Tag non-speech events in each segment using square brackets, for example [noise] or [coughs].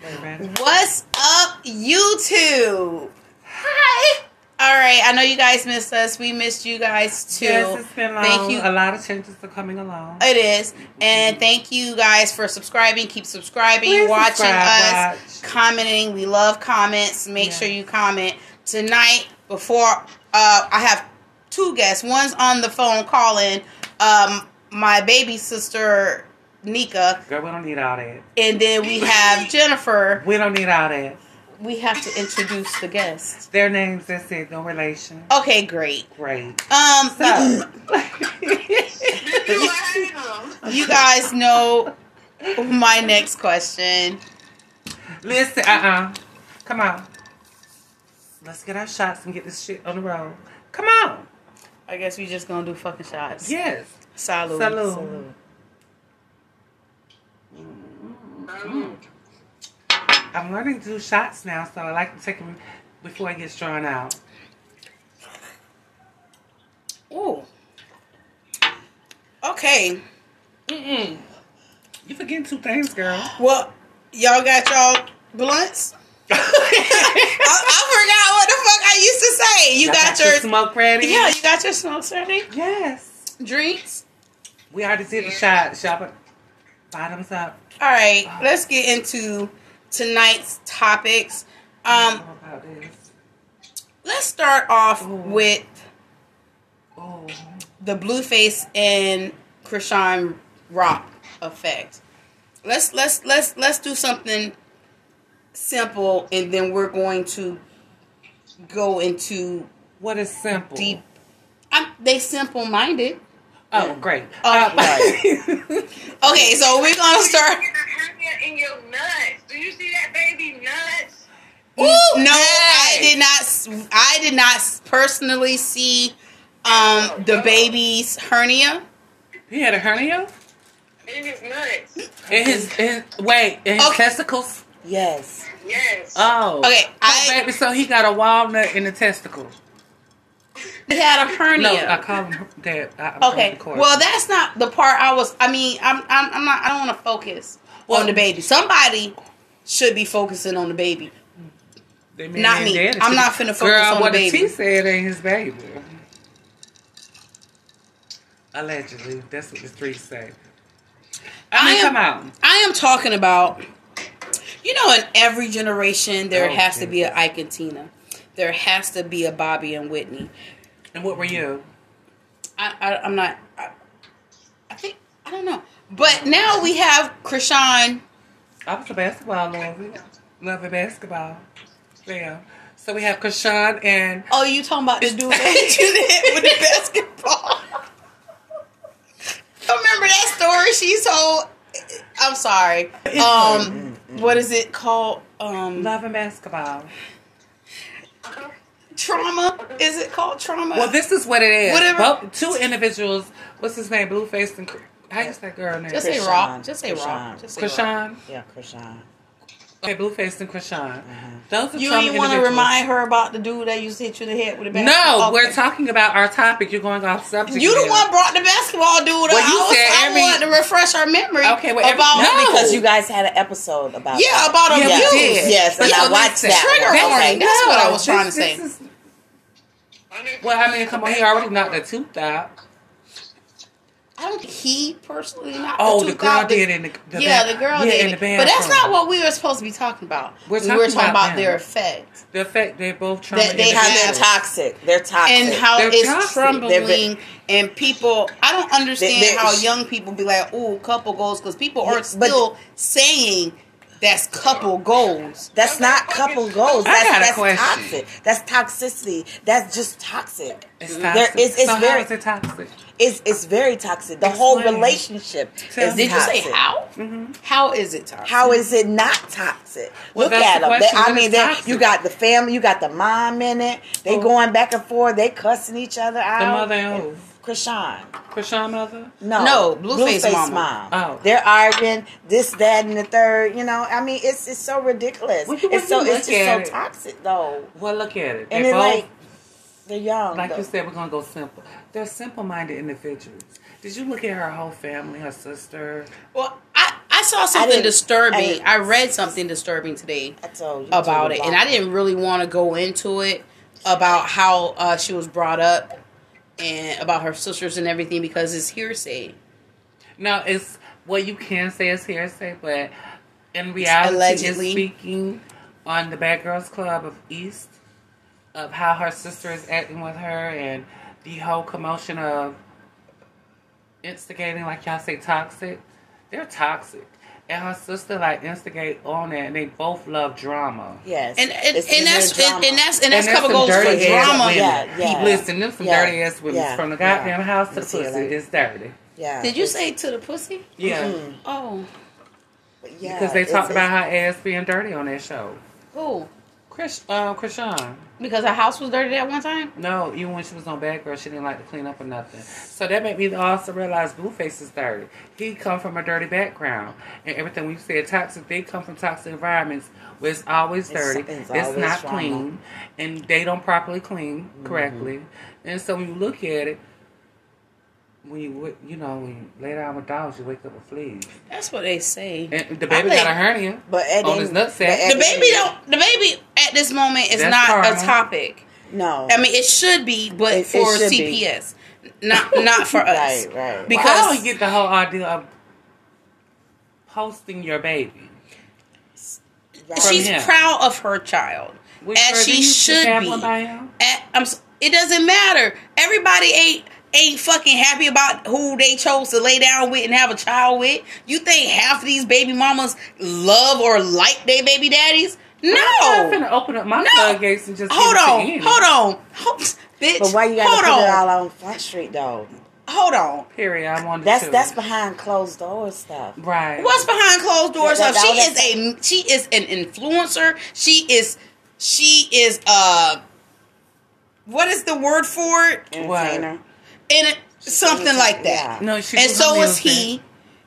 What's up, YouTube? Hi. All right, I know you guys missed us. We missed you guys too. Yes, it's been long. Thank you. A lot of changes are coming along. It is. And thank you guys for subscribing. Keep subscribing, Please watching subscribe, us, watch. commenting. We love comments. Make Yeah. sure you comment. Tonight, before uh, I have two guests. One's on the phone calling um, my baby sister, Nika. Girl, we don't need all that. And then we [laughs] have Jennifer. We don't need all that. We have to introduce the guests. Their names, that's it. No relation. Okay, great. Great. Um, So, [laughs] you, you guys know my next question. listen, uh uh Come on. Let's get our shots and get this shit on the road. Come on. I guess we just gonna do fucking shots. Yes. Salud. Salud. I'm learning to do shots now, so I like to take them before it gets drawn out. Ooh. Okay. Mm-mm. You forgetting two things, [laughs] girl. Well, y'all got y'all blunts? [laughs] I, I forgot what the fuck I used to say. You Y'all got, your your smoke ready. yeah. You got your smokes ready. Yes. Drinks. We already did the shot. Shop bottoms up. All right. Let's get into tonight's topics. Um, How about this? let's start off Ooh. with Oh, the Blueface and Krishan Rock effect. Let's let's let's let's do something simple, and then we're going to go into what is simple? deep. I'm, they simple minded. Oh, great. Oh, Okay, so we're gonna start. in your nuts. Do you see that baby nuts? no, I did not. s- I did not s- personally see um, the baby's hernia. [laughs] he had a hernia In his nuts. in his, in his wait in his Okay. testicles. Yes. Yes. Oh, Okay, Oh, I baby, so he got a walnut in the testicle. he had a hernia. No, I call him that. I, I'm Okay. calling the Well, that's not the part I was. I mean, I'm. I'm. I'm not. I don't want to focus Well- on the baby. Somebody should be focusing on the baby. They made not him me. dead and I'm shit. not finna focus Girl, on the what baby. T said ain't his baby. Allegedly, that's what the streets say. I, I mean, am- come on. I am talking about. You know, in every generation, there Oh, has to be a Ike and Tina. There has to be a Bobby and Whitney. And what were you? I, I I'm not. I, I think I don't know. But now we have Krishan. I was a basketball lover. Loving basketball. Yeah. So we have Krishan and Oh, you talking about the dude that hit you in the head with [laughs] the basketball? Remember that story she told? I'm sorry. Um, mm, what is it called? Um, Loving Basketball. trauma? Is it called trauma? Well, this is what it is. Whatever. Both, two individuals. What's his name? Blueface and Kr- how you say girl name? just say Krishan, rock. Just say rock. Krishan, Just say rock. Krishan. Yeah, Krishan. Okay, Blueface and Krishan. Those are You some ain't want to individuals. remind her about the dude that used to hit you in the head with the basketball. No, Okay. we're talking about our topic. You're going off subject. You the here. one brought the basketball dude. Well, up. you I, was, said I every- wanted to refresh her memory. Okay, well, every- about No. Because you guys had an episode about yeah, that. about Oh. Yeah, we abuse. did. Yes, and Yeah, I watched listen, that. trigger one. warning. Okay. That's what I No, was trying this- to say. this is- well, I mean, come on, he already knocked a tooth out. I don't think he personally knocked Oh, the, the tooth girl out. did in the, the yeah, ba- the yeah, girl did. in the it. but that's bathroom. not what we were supposed to be talking about. We're we were talking talking about about, their them. effect the fact they're both trauma. That they How individuals. they're have- toxic. They're toxic. and how Uh, They're it's toxic. They're crumbling. ve- And people, I don't understand They- they- how young people be like, "Oh, couple goals," because people are Yeah, but- still saying that's couple goals. that's not couple goals. I That's, got a that's question. toxic. That's toxicity. That's just toxic. It's There- toxic. it's- it's so very- how is it toxic? It's it's very toxic. The whole Explain. relationship Tell is me. Did you say toxic. how? Mm-hmm. How is it toxic? How is it not toxic? Well, Look that's at the them. question. I What mean, is they, toxic? you got the family, you got the mom in it. They Oh. going back and forth. They cussing each other out. The mother and who? Krishan. Krishan mother? No, No, Blueface mama. mom. Oh. They're arguing this, that, and the third. You know, I mean, it's it's so ridiculous. Well, you- it's so when you it's look just so at it- toxic though. Well, look at it. And They're then both, like they're young. like though. you said, we're going to go simple. They're simple minded individuals. Did you look at her whole family, her sister? Well, I, I saw something didn't- I disturbing. didn't- I read something disturbing today I told you to about it, and I lie. didn't really want to go into it about how uh, she was brought up and about her sisters and everything because it's hearsay. No, it's what you can say is hearsay, but in reality, Allegedly. it's speaking on the Bad Girls Club of East of how her sister is acting with her and the whole commotion of instigating, like y'all say, toxic. They're toxic, and her sister like instigate on that, and they both love drama. Yes, And and, It's and in her that's and, drama. and that's and that's there's couple some goes for dirty-ass drama. women. Yeah, yeah. Listen, them some Yeah, dirty ass women yeah, from the yeah. goddamn house to You see it pussy. like- It's dirty. yeah. Did you say to the pussy? Yeah. Mm, Oh, but yeah, because they it's- talked it's- about her ass being dirty on that show. who? Chris, uh, Krishan. Because her house was dirty that one time. No, even when she was on Bad Girl, she didn't like to clean up or nothing. So that made me also realize Blueface is dirty. He come from a dirty background, and everything we said toxic. They come from toxic environments where it's always It's- dirty. it's It's, always not trauma. clean, and they don't properly clean correctly. And so when you look at it, when you wa- you know when you lay down with dogs, you wake up with fleas. That's what they say. And the baby I got a think- hernia. But at on the- his nutsack. but at The baby don't. The baby at this moment is That's not karma. a topic. No, I mean, it should be, but It- it for should be. CPS, not not for us. [laughs] right, right. Be- Well, I Because- don't get the whole idea of posting your baby. right. She's From him. proud of her child, Which as she should be. By him? At- I'm s- it doesn't matter. Everybody ain't ain't fucking happy about who they chose to lay down with and have a child with. You think half of these baby mamas love or like their baby daddies? I'm No. gonna open up my No. floodgates and just Hold give it to on. any. Hold on. [laughs] Hold, bitch. But why you gotta hold put it on. all on Front Street though? Hold on. Period. I wanted That's to. that's behind closed doors stuff. right. What's behind closed doors? Yeah, Of that- she that- is a she is an influencer. She is she is uh what is the word for it? Entertainer. And it, something like that. No, she and was so is amusing. he,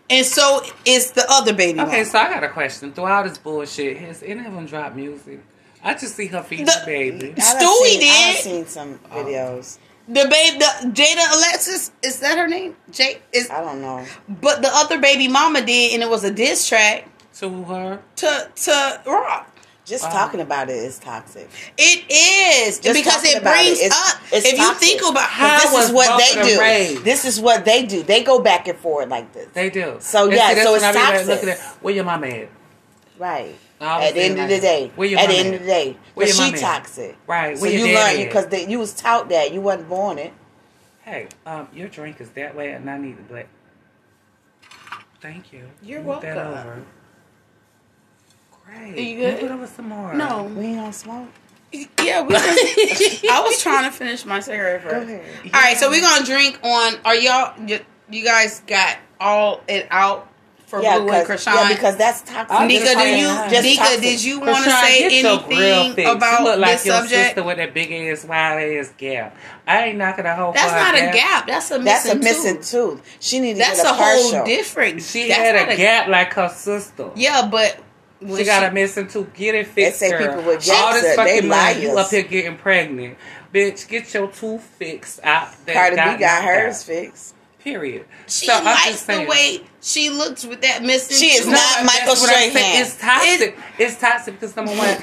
and so is the other baby. Okay, mama. so I got a question. Through all this bullshit, has any of them dropped music? I just see her feeding The- the [laughs] baby. I done Stewie seen, I done did. Oh. seen some videos. the babe, the Jada Alexis, is that her name? Jake is, I don't know. but the other baby mama did, and it was a diss track To her, to to rock. Just Oh. Wow. talking about it is toxic. It is Just because talking it about brings it, it's- up. it's if toxic. you think about How this was is what both they of them do. raised? This is what they do. They go back and forth like this. they do. So, And yeah, see, that's so when it's I be like toxic. looking at where your mama at. Right. I was at the saying, end of like, the day. where your at the mama end of the day. Where Because your she mama at? toxic. Right, So where your you daddy learned at? because they- you was taught that. You wasn't born it. Hey, um, your drink is that way, and I need the black. Thank you. You're Move that welcome. over. Great. Are you good? Move it over some more. No, We ain't gonna smoke. yeah, we. I was trying to finish my cigarette Go first. ahead. All right, so we're gonna drink on. Are y'all? y- You guys got all it out for Blue and 'cause- Krishan? yeah, because that's toxic. I Nika, just do you? had- just Nika, toxic. did you Krishan, want to say get your grill anything fixed. you about look like this your subject? sister with that big ass, wide ass gap. I ain't knocking a whole. That's far not a gap. That's a missing. That's a missing Tooth. tooth. She needed That's to a get a, partial. whole different. She that's had not a gap like her sister. Yeah, but when She got a missing tooth. Get it fixed. say girl. people with All gaps this are- they fucking money, you liars. up here getting pregnant, bitch. Get your tooth fixed. Out. that Cardi B got knocked hers out. fixed. Period. She So I'm just likes the saying. way she looks with that missing. She is tooth. not but Michael that's what I'm saying. Strahan. It's toxic. It's toxic because number one,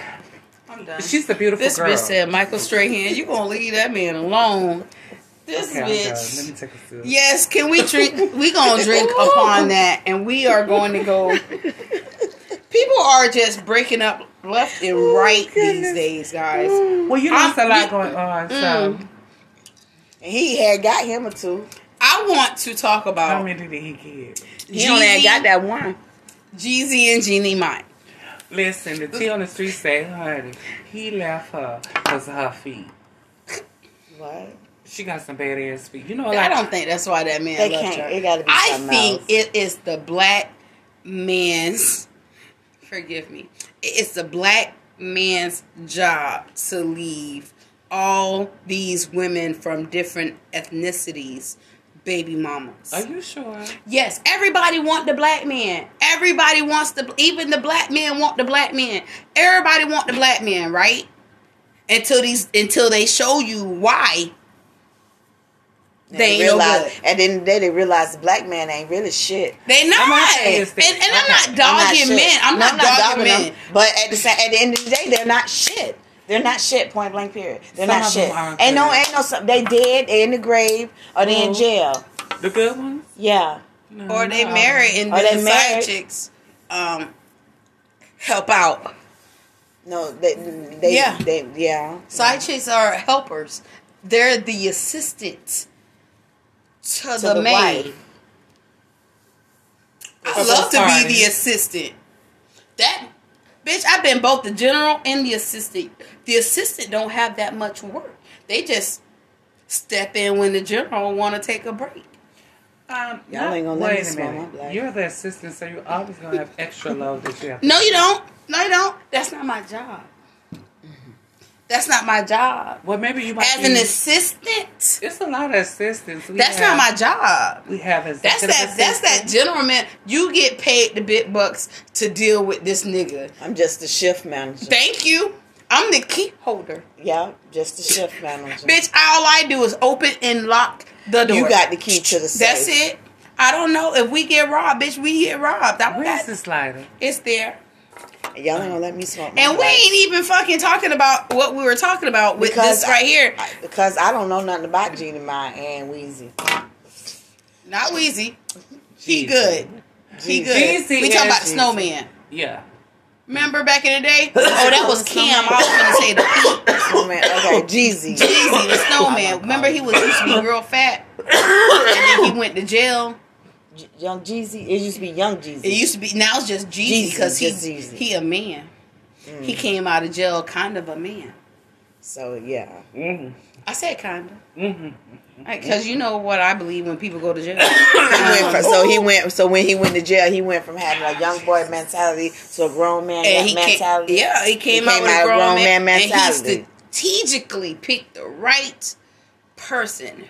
I'm done. she's a beautiful This girl. bitch said Michael Strahan. You gonna leave that man alone? This Okay, I'm done. Let me bitch. take a sip. Yes, can we drink? We gonna [laughs] drink upon that, and we are going to go. People are just breaking up left and Oh, right these goodness. days, guys. Well, you know, I'm- it's a lot you- going on. So Mm. And he had got him a tooth. I want to talk how about many did he get? He only had got that one. Jeezy and Jeannie Mine. Listen, the tea on the street say, honey, he left her because of her feet. What? She got some bad ass feet. You know, I like don't think that's why that man They left can't. her. It gotta be I something think else. it is the black man's. Forgive me. It's the black man's job to leave all these women from different ethnicities baby mamas. Are you sure? Yes, everybody want the black man. Everybody wants the even the black men want the black man. Everybody want the black man, right? Until these until they show you why They ain't no realize, good. At the end of the day, they realize the black man ain't really shit. They not. I'm not saying and it's the- and I'm okay, not I'm dogging I'm not shit. men. I'm, No, not, dogging, men. them, but at the sa- at the end of the day, they're not shit. They're not shit. Point blank. Period. They're Some not of them shit. aren't Ain't no good. ain't no. some- They dead. They in the grave or they in Mhm. jail. The good ones? Yeah. No, Or they no. marry and Are then they the side married? chicks um, help out. No. They. they Yeah. They, yeah. Side chicks are helpers. They're the assistant to, To the, the maid. wife. I Of both love to be the parties. assistant. That bitch, I've been both the general and the assistant. The assistant don't have that much work. They just step in when the general want to take a break. Um, Y'all not- ain't gonna let me wait a smell minute. my black. You're the assistant, so you're always gonna have extra love that [laughs] you have. No, you don't. No, you don't. That's not my job. That's not my job. Well, maybe you might. As be, an assistant, it's a lot of assistants. We that's have, not my job. We have That's executive that. That's that assistant. gentleman. You get paid the big bucks to deal with this nigga. I'm just the shift manager. Thank you. I'm the key holder, yeah. Just the shift manager. bitch. All I do is open and lock the door. you got the key to the safe. That's it. I don't know if we get robbed, bitch. We get robbed. I don't Where's got, the slider? it's there, Y'all ain't gonna let me smoke. my and we black. ain't even fucking talking about what we were talking about with Because this right here. I- because I don't know nothing about Gina Mine and Weezy. Not Wheezy. He Jeezy. good. He good. Jeezy we talking is about Jeezy. snowman. Yeah. Remember back in the day? Oh, that was Cam. I was gonna say the Pete. Oh, [laughs] man, okay, Jeezy. Jeezy, the snowman. Remember he was used to be real fat, and then he went to jail. J- Young Jeezy. It used to be Young Jeezy. It used to be now it's just Jeezy Jeezy, because just he Jeezy. he a man. He came out of jail kind of a man. so yeah, Mm-hmm. I said kind of Mm-hmm. because you know what I believe when people go to jail. he went Um, from, so he went. So when he went to jail, he went from having a young boy mentality to a grown man and he came, mentality. yeah, he came, came out with a grown, man, and mentality. he strategically picked the right person.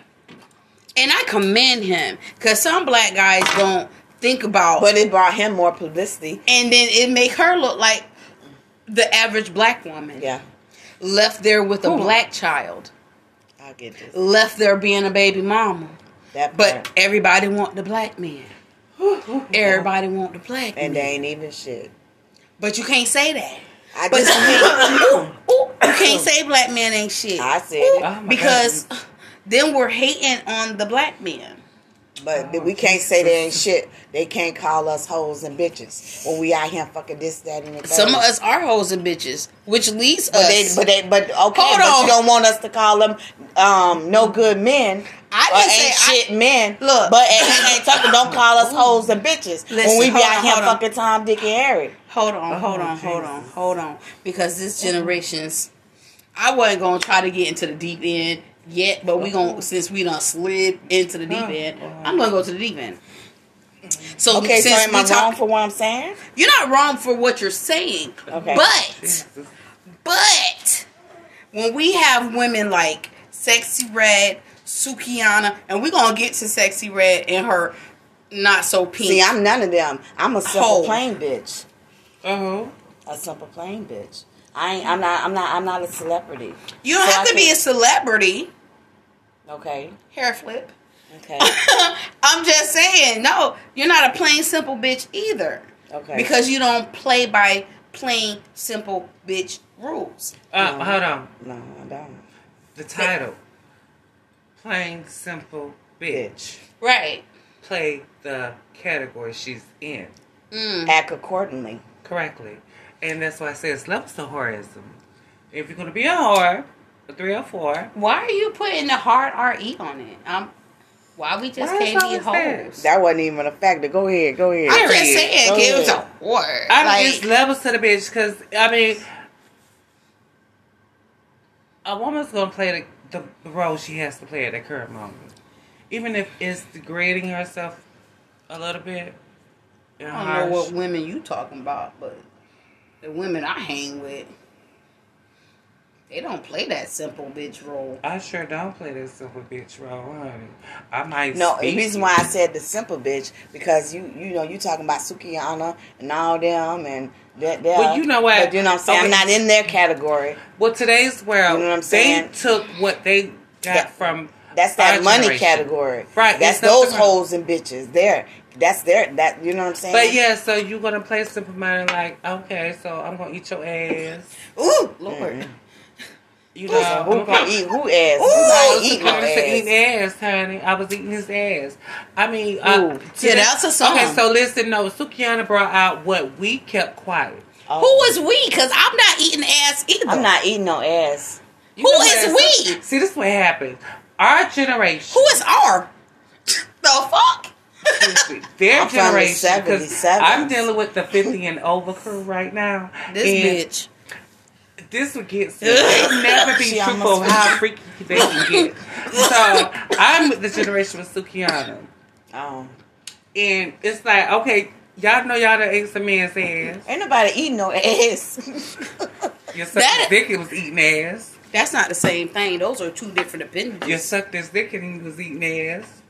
And I commend him because some black guys don't think about But it brought him more publicity. and then it make her look like the average black woman Yeah, left there with a Ooh. black child I'll get this. left there being a baby mama That but part. everybody want the black man Uh-huh. everybody want the black Uh-huh. and they man ain't even shit. but you can't say that [laughs] I but you just can't, Ooh, you can't say black man ain't shit I said Ooh, it. Oh my because then we're hating on the black man But we can't say they ain't shit. They can't call us hoes and bitches when we out here fucking this, that, and the third. some of us are hoes and bitches which leads But us they, but they, but okay, Hold but on. you don't want us to call them um, no good men. I or didn't ain't say I- shit men. Look. but ain't, ain't talking. Don't call us hoes and bitches Listen, when we be hold out on, here hold on. fucking Tom, Dick, and Harry. Hold on, hold Oh, on, hold Jesus. on, hold on. Because this generation's I wasn't gonna try to get into the deep end yet, but we gonna since we done slid into the deep Oh, end, wow. I'm gonna go to the deep end. So Okay, so since am we I wrong talk, for what I'm saying? you're not wrong for what you're saying, Okay. but Jesus. but when we have women like Sexy Red, Sukiana, and we're gonna get to Sexy Red and her not so pink. See, I'm none of them. I'm a simple Hoe. plain bitch. Uh-huh. A simple plain bitch. I ain't. I'm not. I'm not. I'm not a celebrity. you don't so have I to be a can't- celebrity. Okay. Hair flip. [laughs] Okay. I'm just saying, no, you're not a plain simple bitch either. Okay. Because you don't play by plain simple bitch rules. Uh, No. Hold on. no, I don't. The title. Plain, simple, bitch. Right. Play the category she's in Mm. Act accordingly. correctly. And that's why I say it's levels to horrorism. If you're going to be a whore, a three or four, Why are you putting the hard RE on it? Um why we just Why is can't be always that? hoes? That wasn't even a factor. Go ahead. Go ahead. I'm just Period. saying, Go kid, it was ahead. a whore. I Like, mean, it's levels to the bitch because I mean, a woman's gonna play the, the, the role she has to play at the current moment, even if it's degrading herself a little bit. and I don't know harsh. what women you talking about, but the women I hang with, they don't play that simple bitch role. I sure don't play that simple bitch role, honey. I might No, the speak. reason why I said the simple bitch because you you know you talking about Sukiana and all them and that that. Well, you know what? But you know what I'm saying. Okay. I'm not in their category. Well, today's world, You know what I'm saying? they took what they got Yeah. from that's that Our money generation. category. Right, That's it's nothing those wrong. hoes and bitches. There. That's their that you know what I'm saying? But yeah, so you gonna play Super Mario like, okay, so I'm gonna eat your ass. Ooh, Lord. You Who, know, who I'm gonna gonna eat who ass? uh, I I was ain't eating no supposed to eat ass. ass, honey. I was eating his ass. I mean, uh, Ooh. to Yeah, this- that's a song. Okay, so listen, no, Sukiana brought out what we kept quiet. Oh. Who is we? Because I'm not eating ass either. I'm not eating no ass. Who Who is is we? See, this is what happened. Our generation. Who is our? [laughs] the fuck? [laughs] [laughs] their I'm from the generation. 'cause 77s. I'm dealing with the 50 and over crew right now. and This This would get sick. They'll never be She truthful almost- how freaky they can get. So I'm with the generation with Sukiana. Oh. And it's like, okay, y'all know y'all done ate some man's ass. Ain't nobody eating no ass. [laughs] You sucked That- his dick and was eating ass. bitch. That's not the same thing. Those are two different opinions. You sucked his dick and he was eating ass.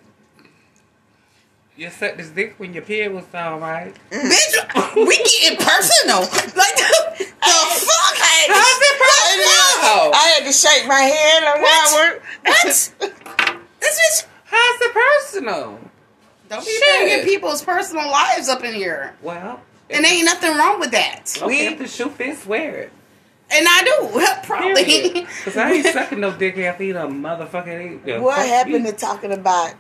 You sucked his dick when your period was on, right? [laughs] Bitch, we getting personal. [laughs] Like the, fuck? How's it personal? I had to shake my head on that one. [laughs] What? This bitch. How's it personal? Don't be Shit. bringing people's personal lives up in here. Well, And ain't nothing wrong with that. okay, if the shoe fits, wear it. And I do. [laughs] Probably. Because I [laughs] ain't sucking no dick after you done motherfucking ate. What happened to talking about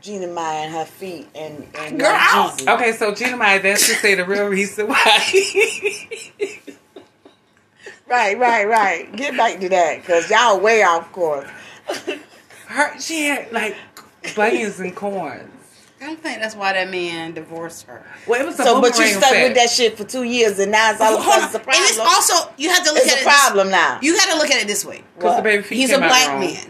Gina Maya and her feet and, and Girl, I don't- Jeezy? Okay, so Gina Maya, that's to say the real reason [laughs] why. Right, right, right. Get back to that because y'all way off course. Her, she had like bunions and corns. [laughs] I don't think that's why that man divorced her. Well, it was a So, but you boomerang stuck effect. with that shit for two years, and now it's all of a Hold sudden on. it's a And problem. it's also you have to look It's at a it. this- problem now. You got to look at it this way. Because the baby feet He's a came out black wrong. man.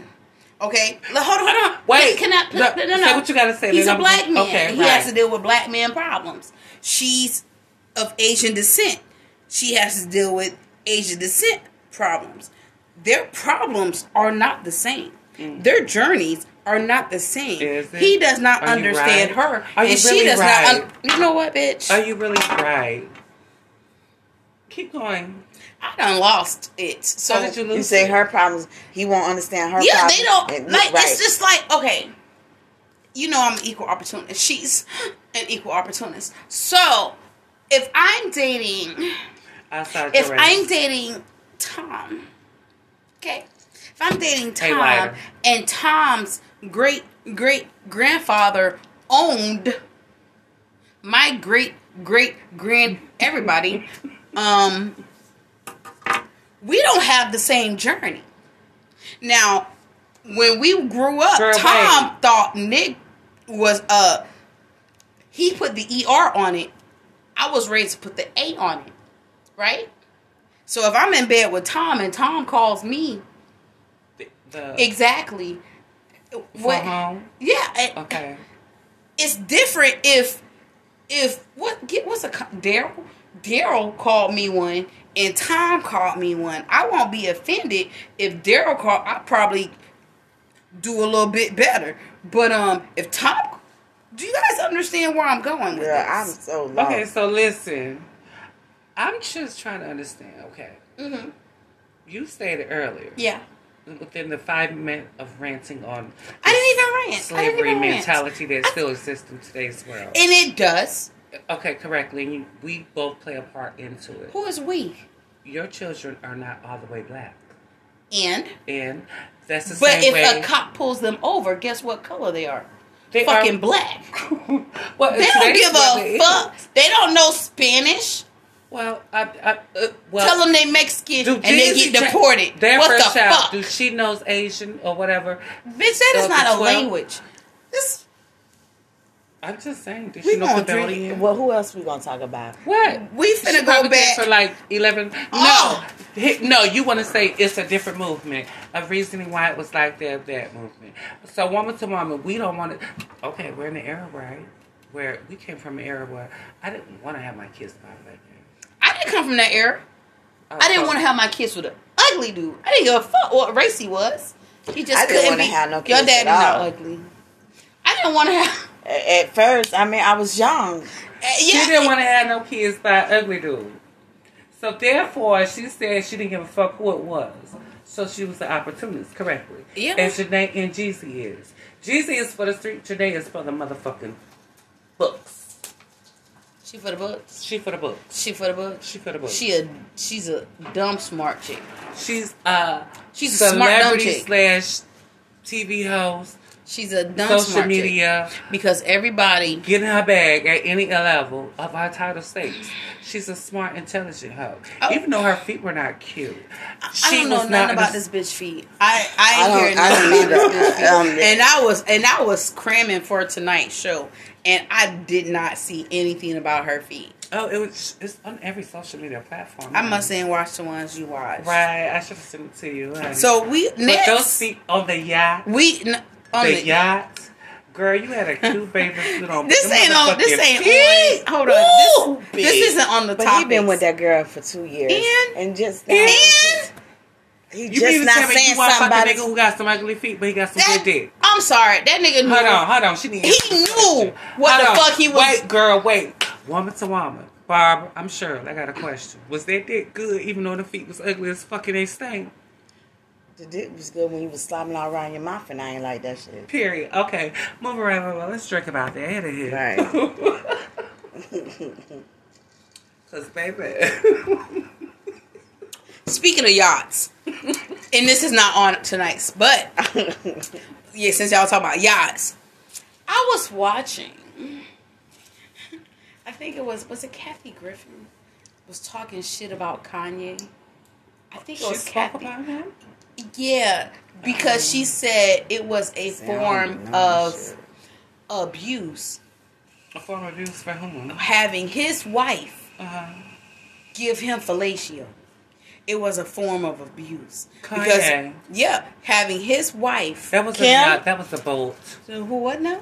Okay, Look, hold on, hold on. Wait, can I? look, no, no, no. say what you gotta say, He's then a I'm- black man. okay, he right. has to deal with black man problems. She's of Asian descent. She has to deal with Asian descent problems. Their problems are not the same. Their journeys are not the same. Mm. Is it? He does not Are you understand right? her, Are you and she really does right? not. Un- you know what, bitch? Are you really right? Keep going. I done lost it. So So did you lose? You say it? her problems, he won't understand her yeah, problems. they don't and- like. right. It's just like okay, you know, I'm an equal opportunist. She's [gasps] an equal opportunist. So if I'm dating, Outside if your I'm race. dating Tom, okay, if I'm dating Hey, Tom lighter. and Tom's great great grandfather owned my great great grand [laughs] everybody, um, we don't have the same journey. Now, when we grew up, Girl, Tom wait. thought Nick was uh he put the ER on it. I was raised to put the A on it. Right? So if I'm in bed with Tom and Tom calls me The- the, exactly from what home? Yeah, it- Okay. it's different if if what get what's a co- Daryl Daryl called me one and Tom called me one. I won't be offended if Daryl called. I probably do a little bit better. But um, if Tom, do you guys understand where I'm going with Girl, I'm this? so lost. Okay, so listen. I'm just trying to understand, okay? Mm-hmm. You stated earlier, Yeah, within the five minutes of ranting on I didn't even rant. I didn't slavery even rant. mentality that still exists in today's world. and it does. okay, correctly. and you- We both play a part into it. Who is we? Your children are not all the way black. And And that's the but same if way. a cop pulls them over, guess what color they are? They are- Fucking black. well, They don't today's give world it a is. fuck. They don't know Spanish. Well, I, I, uh, well, Tell them they Mexican do and they Jeezy get check deported. Their what first the child, fuck? do she knows Asian or whatever? Bitch, that is uh, not a the 12? language. This I'm just saying, did We she know gonna drink Fidelity? Well, who else we gonna talk about? What? we She finna go probably did back. for like eleven. No, Oh. He- no, you want to say it's a different movement, a reasoning why it was like that that movement. So woman to woman, we don't want to. Okay, we're in an era right where we came from an era where I didn't want to have my kids by black men. I didn't come from that era. Oh, I didn't want to have my kids with an ugly dude. I didn't give a fuck what race he was. He just I didn't couldn't wanna be. have no Your kids daddy's at not all. ugly. I didn't want to have. [laughs] A- At first, I mean, I was young. Uh, She yeah, didn't want to have no kids by ugly dude. So therefore, she said she didn't give a fuck who it was. So she was an opportunist, correctly. Yeah. And Janae and Jeezy is. Jeezy is for the street, Janae is for the motherfucking books. She for the books. She for the books. She for the books. She for the books. She a she's a dumb smart chick. She's a uh, She's a smart dumb celebrity chick. slash TV host, She's a dumb social smart chick media, because everybody getting her bag at any level of her title stakes. She's a smart, intelligent hoe. Oh. Even though her feet were not cute, she I don't know was not nothing in about the- this bitch feet. I I, I don't- ain't hear I don't nothing about this either. [laughs] bitch feet. Um, and I was and I was cramming for tonight's show, and I did not see anything about her feet. Oh, it was. It's on every social media platform. Mm. I must say, watch the ones you watch. Right, I should have sent it to you. honey. So we but next those feet on the yacht, we n- on the, the- yacht, girl, you [laughs] had a cute baby suit on. This Them ain't on. This motherfucking ain't feet. on. Hold on. Woo, This, this isn't on the But top. he been with that girl for two years, And- and just now, And he You mean just to not tell me you saying want a something fucking about nigga who got some ugly feet, but he got some that, good dick. I'm sorry, that nigga knew. Hold on, hold on. She need. He knew what the Hold on. fuck he was. Wait, girl, wait. Woman to woman, Barbara. I'm sure. I got a question. Was that dick good, even though the feet was ugly as fucking they stink? The dick was good when you was slobbing all around your mouth, and I ain't like [laughs] that shit. Period. Okay, move around. move around. Let's drink about that. Head here. Right. [laughs] Cause baby. Speaking [laughs] of yachts, and this is not on tonight's, but yeah, since y'all talking about yachts, I was watching. [laughs] I think it was was it Kathy Griffin was talking shit about Kanye. I think it She was spoke Kathy. Um, about him. Yeah, because she said it was a form of abuse A form of abuse for whom? having his wife Uh, give him fellatio. It was a form of abuse Kanye. because yeah, having his wife that was a Kim. nut. That was a bolt. who what now?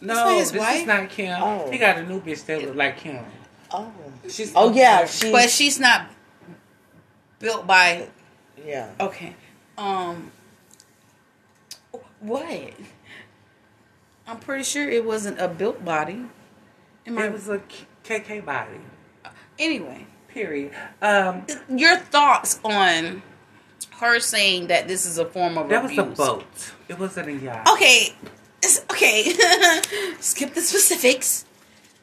No, not his this wife. is not Kim. Oh. He got a new bitch that look like Kim. Oh, She's oh yeah, she. But Mm. she's not built by yeah, okay. Um, what? I'm pretty sure it wasn't a built body. Am I It was a K- KK body. anyway? Period. Um, Your thoughts on her saying that this is a form of that was abuse? a boat. It wasn't a yacht. Okay, it's, okay. [laughs] Skip the specifics.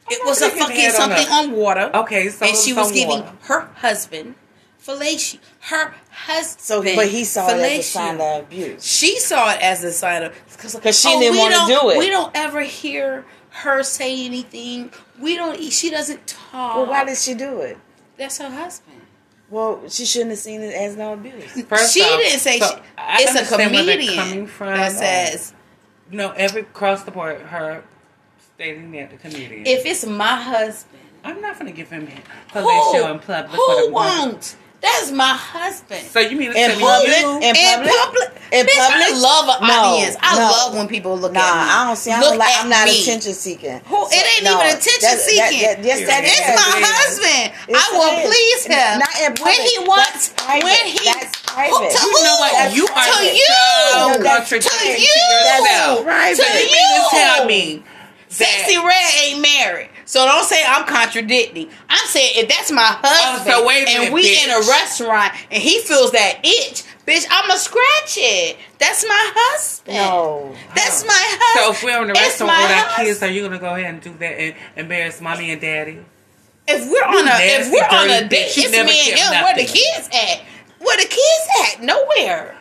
It was a not taking fucking that on something a- on water. Okay, so and she was giving someone- her husband fellatio. Her husband. so but he saw it as a sign fellatio. of abuse. She saw it as a sign of because 'Cause she didn't wanna do it." We don't ever hear her say anything. We don't. e, She doesn't talk. Well, why did she do it? That's her husband. Well, she shouldn't have seen it as no abuse. she didn't say so she, I it's a understand where they're comedian coming from. that says no. Every across the board, her stating that the comedian. if it's my husband. I'm not gonna give him Who, fellatio in public. who with a woman. won't? That's my husband. So you mean to tell In me public, you- in public, In in bitch, I public, love an No, audience. I no. love when people look Nah, at me. I don't see. I Look don't like. at I'm not me. attention seeking. Who- it ain't even attention seeking. yes, that It's is. Yes, my it is. husband. Yes, I will it is. please him Not in when public. he wants. That's private. When he That's private. Who to You know who? what? That's you to private. you. No, So that's- to contradicting you. yourself. Right, So but- you mean to you. tell me Sexy Red ain't married, so don't say I'm contradicting. I'm saying if that's my husband Oh, so wait a and minute, we in a bitch. restaurant and he feels that itch, bitch, I'ma scratch it. That's my husband. No. That's Huh. my So husband. if we're in the It's restaurant my with our hus- kids, are you gonna go ahead and do that and embarrass mommy and daddy? if we're on a if nasty, we're on a dirty date, bitch. You it's never me and get him. Where the nothing. kids at? Where the kids at? Nowhere.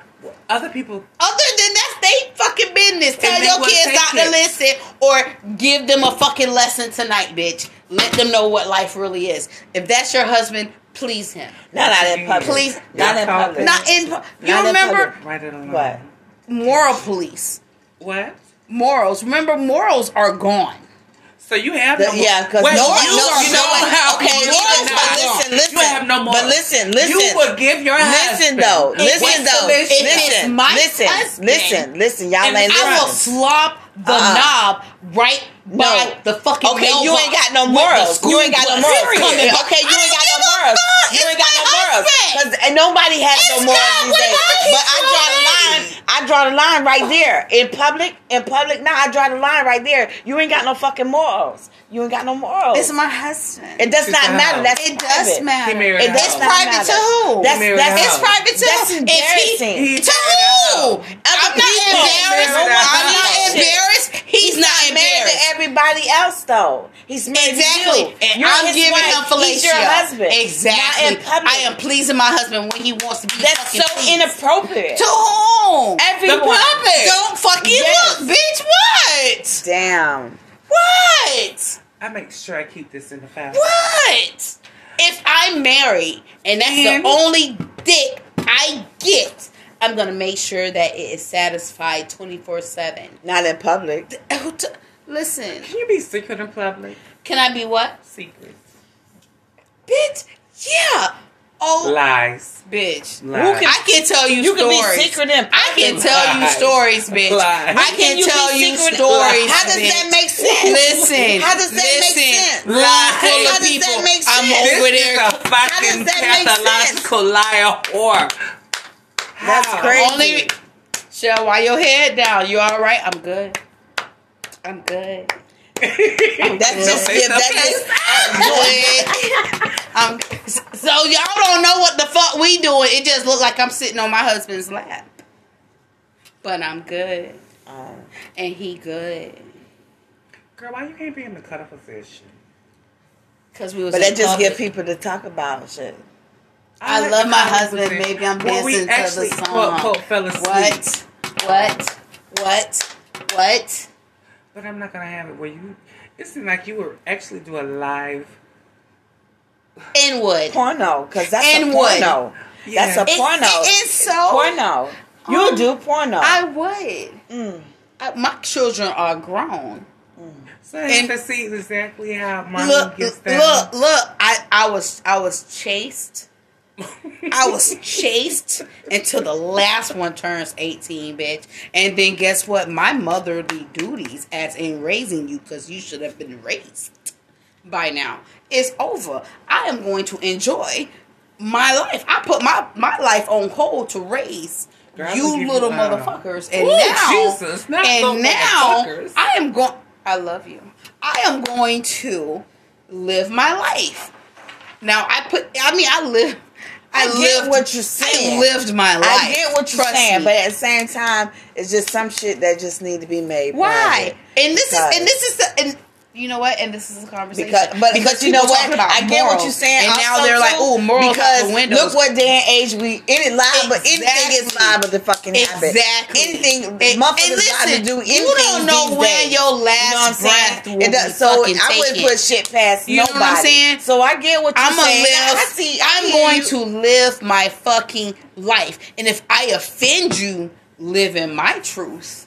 Other people, Other than that's they fucking business. Tell they your will kids take not to it. listen or give them a fucking lesson tonight, bitch. Let them know what life really is. If that's your husband, please him. Not not in public. Please, Not in not public. Not in. You Not in remember public. right it alone. What? moral police, What? morals. Remember morals are gone. So you have The- no, yeah, 'cause Well, no- you, no, you you know know what? how Okay, you listen, are but not. listen, listen. You have no more. But listen, listen. You would give your Listen husband though, what listen though, solution- If it's listen, my listen, husband, listen, listen. Y'all and ain't I will listening. slop the Uh-uh. knob right by the fucking. Okay, you ain't got no mailbox with the morals. You ain't got no school morals. bus coming by. Okay, you I ain't don't got no give a morals. fuck. You It's ain't got my no morals. husband. 'Cause- And nobody has no It's morals not these what days. I keep But I draw the line. doing. I draw the line right there in public. In public, now I draw the line right there. You ain't got no fucking morals. You ain't got no morals. It's my husband. It does It's not the matter. house. That's It private. does matter. He married It her. does It's not private matter. to who? That's He married that's her. It's private it to That's him. If he, embarrassing. to who? I'm not people. embarrassed. I'm not Nobody. embarrassed. He's, not married embarrassed. to everybody else, though. He's married Exactly. to you. And You're I'm his giving wife. him fellatio. He's your husband. Exactly. Not in public. I am pleasing my husband when he wants to be That's fucking so pleased. inappropriate. To whom? Everyone. The public. Don't fucking Yes. look, bitch. What? Damn. What? I make sure I keep this in the file. What? If I'm married and that's And- the only dick I get, I'm gonna make sure that it is satisfied 24 seven. Not in public. Oh, Listen, Can you be secret in public? can I be what? Secret. Bitch, yeah. Oh, Lies. bitch. Lies. I can tell you, You can stories. be secret in I can public. tell you Lies. stories, bitch. Lies. I can Can you tell be you secret- stories. How does bitch. that make sense? Listen. How does that listen. make sense? Room full How of does that people. make I'm sense? over this there. is a fucking that make pathological liar whore. That's How? crazy. Only Shell, why your head down? You all right? I'm good. I'm good. That's It's just give. That's okay. just. I'm good. [laughs] I'm, so y'all don't know what the fuck we doing. It just looked like I'm sitting on my husband's lap. But I'm good. Um, And he good. Girl, why you can't be in the cutter position? Cause we was but in that just public. give people to talk about shit. I like love the my cuddle husband. position. Maybe I'm Well, we dancing actually, to the Quote, song. quote, fell asleep. What? What? What? What? But I'm not gonna have it where you. It seemed like you were actually do a live. Inwood. Porno, because that's And a what? porno. That's Yeah. a porno. It is so. porno. You Um, do porno. I would. Mm. I, my children are grown. So I have And- to see exactly how mommy look, gets look, down. look, I, I was, I was chased. [laughs] I was chased until the last one turns 18, bitch. And then guess what? My motherly duties as in raising you, because you should have been raised by now, is over. I am going to enjoy my life. I put my, my life on hold to raise Girl, I'm gonna you give little you uh, love. motherfuckers. And Ooh, now, Jesus, not little and now motherfuckers. I am going, I love you. I am going to live my life. Now I put. I mean, I live. I, I get lived what you're saying. I lived my life. I get what you're Trust saying, me. but at the same time, it's just some shit that just need to be made. why? private. And this Because- is and this is the and you know what? And this is a conversation Because, but because you know people what, talking about I get what morals. you're saying. And now also, they're like, too, "Oh, morals because out the window." Look what day and age we any liable, anything is Exactly. liable to fucking happen. Exactly. Anything, And- motherfuckers and listen, liable to do anything. You don't know these when days. your last You know what I'm breath saying? will It be does- so fucking I wouldn't taken. put shit past You know what nobody. I'm saying? So I get what you're I'm gonna saying. live. I see. I I'm hear going you. to live my fucking life, and if I offend you living my truth,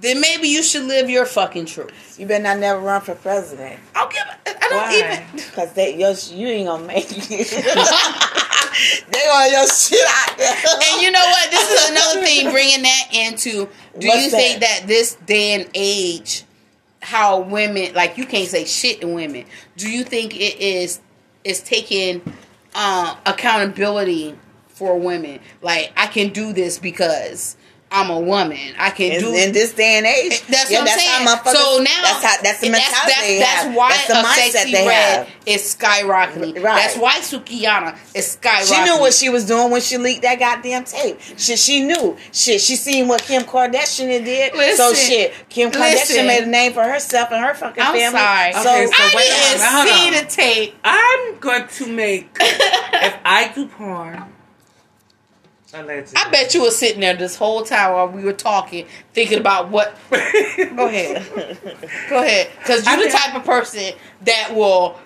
then maybe you should live your fucking truth. You better not never run for president. I'll give. I don't Why? even. Cause they your sh- you ain't gonna make [laughs] it. [laughs] they gonna your shit out there. And you know what? This is another thing bringing that into. Do What's you that? think that this day and age, how women like you can't say shit to women? Do you think it is is taking uh, accountability for women? Like I can do this because I'm a woman. I can in, do in this day and age, That's what yeah, I'm that's saying. How motherfuckers- so now that's how that's the mentality that's, that's, they that's have. why that's the a mindset sexy they red have. is skyrocketing. Right. That's why Sukiyana is skyrocketing. She knew what she was doing when she leaked that goddamn tape. Shit, she knew. Shit, she seen what Kim Kardashian did. so Listen. shit, Kim Kardashian Listen. made a name for herself and her fucking I'm family. sorry. So, Okay, so I wait a didn't minute, hold see on. the tape. I'm going to [laughs] make if I do porn. Allegedly. I bet you were sitting there this whole time while we were talking, thinking [laughs] about what. Go ahead, [laughs] go ahead, because you're the Okay. type of person that [laughs] will.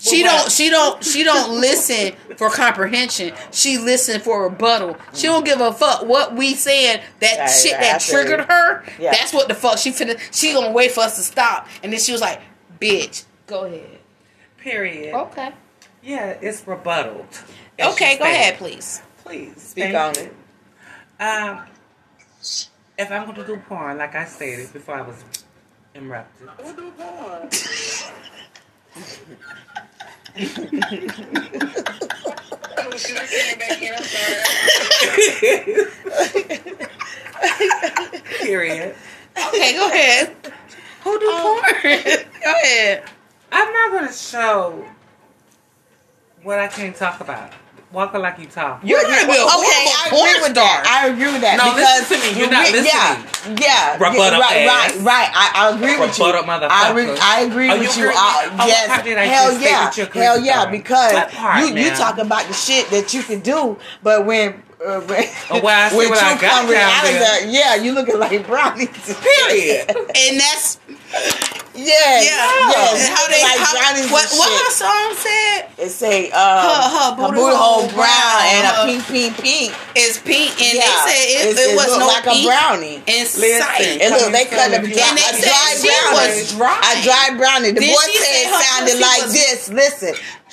She Well, don't. She don't. She don't listen for comprehension. She listen for rebuttal. She don't give a fuck what we saying. That Right, shit right, I that feel you. triggered her. Yeah. That's what the fuck she finna. She gonna wait for us to stop, and then she was like, "Bitch, go ahead." Period. Okay. Yeah, it's rebuttal. As Okay, you go say. ahead, please. Please Speak thank on you. it. Um, if I'm going to do porn, like I stated before, I was interrupted. Who do porn? She was sitting back in, I'm sorry. Period. Okay, go ahead. Who do porn? [laughs] go ahead. I'm not going to show what I can't talk about walking like you talk. You're gonna be a horrible porn with star. that. I agree with that. No, because listen to me. You're not yeah, listening. Yeah, yeah, Rebuttal right, ass. right, right. I, I agree with you. Rebuttal motherfucker. I, re- I agree Oh, you with agree you. with I- me? Oh, yes, what part did I hell just say yeah, that you're crazy hell yeah. about? What Because part, you you ma'am? talk about the shit that you can do, but when. Uh, [laughs] when Oh, well, I see when what you I got come down reality, there. yeah, you looking like [laughs] brownies. Period. and that's Yes, yeah. yes. And how they like brownies how, and what what shit. her song said It say uh, Her- her booty hole hole brown, brown and her- a pink, pink, pink. is pink, and yeah, they said it, It's- it, was look no like pink a brownie. in Listen. sight. And look, they Coming cut a, from dri- you. a And they said dry she brownie. was dry. A dry brownie. The Then boy she said said it her sounded pussy like was- this. Listen. That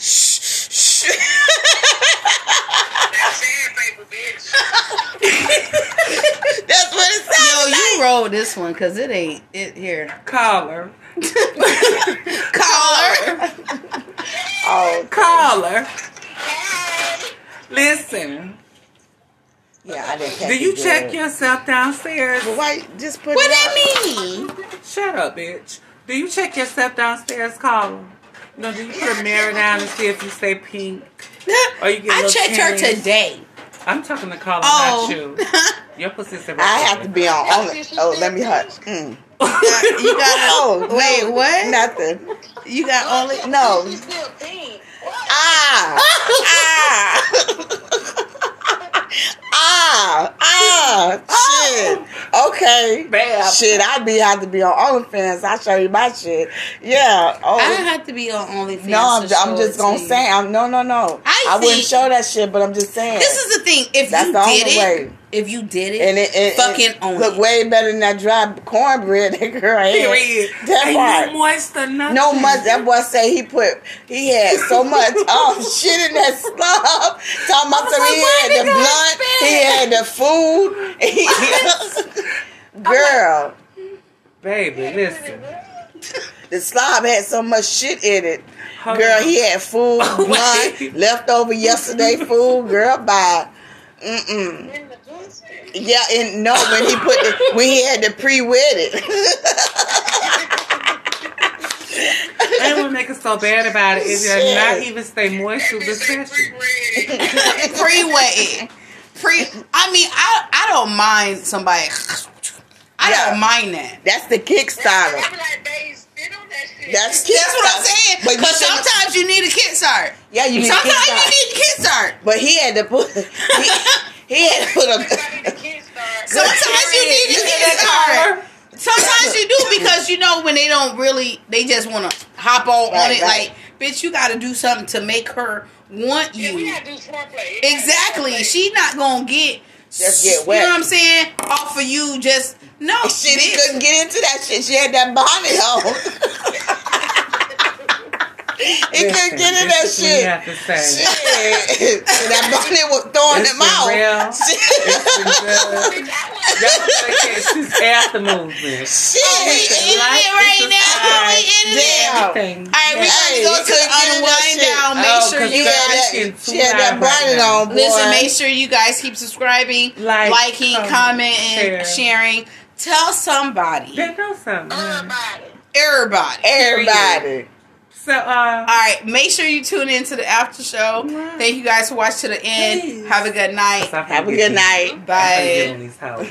sandpaper, bitch. That's what it Yo, sounded you roll this one because it ain't it here. Caller. Caller, Oh, Caller. Hey. Listen. yeah, I didn't catch Do you it check good. yourself downstairs? But why just [laughs] put what it up? that mean? Shut up, bitch. Do you check yourself downstairs, Caller? No, do you put a mirror down and see if you say [laughs] pink? Or you get I little checked her carrots. today. I'm talking to Caller, Oh, not [laughs] you. Your pussy's a I have to be on. on That's oh, let me hug. disrespectful. [laughs] Mm. [laughs] you got Oh, oh, wait, what? Nothing. You got only no. She's still pink. What? Ah. ah. ah. Ah. Shit. Okay. Bam. Shit, I be have to be on OnlyFans. I show you my shit. Yeah. Oh. I have to be on OnlyFans. No, I'm, to I'm show just it gonna to you. say. I'm, no, no, no. I I, wouldn't see. show that shit, but I'm just saying. This is the thing. If That's you the did only it, way. if you did it, and it, it fucking it own look it. way better than that dry cornbread that girl had. Period. That Ain't part. no moist or nothing. No much. That boy say he put he had [laughs] so much um shit in that slub. Talking about some, he why had did the I blunt, he had the [laughs] food. [laughs] He- Girl, Baby, listen. the slob had so much shit in it. Hold Girl, on. he had [laughs] food, Oh, Wait. blunt, leftover yesterday food. Girl, bye. Mm-mm. In the pussy. Yeah, and no, when he put the, when he had the pre wedded. [laughs] They would make us so bad about it. If you're Shit. not even stay moist to That the bitch ain't session. free [laughs] ready. pre-wetting. Pre. I mean, I I don't mind somebody. I Yeah. don't mind that. [laughs] That's the Kickstarter. I'm like, babe, spit on that shit. That's Kickstarter. That's what I'm saying. But you Because think- sometimes you need a kid start. yeah, you need Sometimes Kickstarter. you need a kid start. but he had to put he, he had to put Everybody the a kids start. Sometimes you need a kid start. Sometimes you do because you know when they don't really, they just want to hop on on Right, it. right. Like, bitch, you got to do something to make her want Yeah, we you. gotta do foreplay. Exactly. She not gonna get. Just get You wet. know what I'm saying? Off of you, just no. [laughs] shit. He bitch. couldn't get into that shit. She had that bonnet on. [laughs] he couldn't get in that This is what you shit. have to say. Shit. And that bonnet was throwing It's him out. real. It's the good. Bitch, I Y'all want better catch this after movement. Shit. We Oh, in it right now. We in it. Damn. Everything. All right, we Yeah. gotta Hey, go you to couldn't the get in that unwind shit. down. Make Oh, 'cause sure you She you guys. got had She that, is she had that too loud bonnet right on, boy. [laughs] Listen, make sure you guys keep subscribing, Like, liking, comment, share. commenting, sharing. Tell somebody, They know something. Uh, everybody. everybody. Everybody. So, All uh, right, make sure you tune in to the after show. Wow. Thank you guys for watching to the end. Please. Have a good night. All Have a good night. Bye. right, So,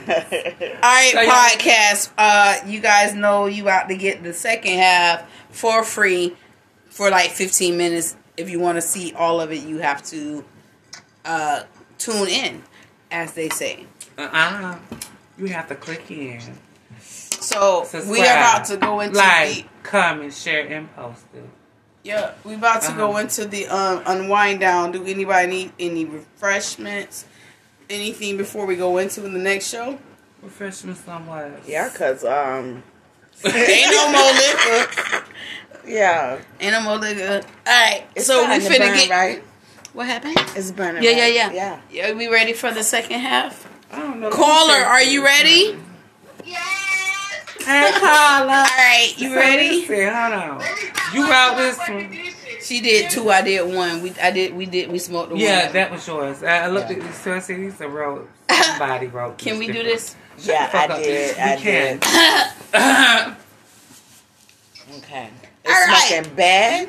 y'all- podcast. Uh, you guys know you out to get the second half for free for like 15 minutes. If you want to see all of it, you have to uh, tune in, as they say. Uh uh. You have to click in. So Subscribe. we are about to go into the Like, comment, share, and post it. yeah, we about to go Uh-huh. into the um, unwind down. Do anybody need any refreshments? Anything before we go into the next show? Refreshment somewhat. Yeah, cause um, Ain't no more liquor. yeah, [laughs] Ain't no more liquor. All right, so we starting to finna burn, get right. what happened? It's burning. Yeah, yeah, right? yeah, yeah. Yeah, we ready for the second half? I don't know. Caller, are you ready? Yes. Hey, All Carla. right, you ready? Listen, hold on. You out this one? She did two. I did one. We I did. We did. We smoked the Yeah, one. that was yours. I I looked Yeah. at these two. I said, these are wrote. Somebody wrote. Can we do different. this? Yeah, Fuck I up, did. bitch. I We did. can. Okay. All right. It's smoking bad.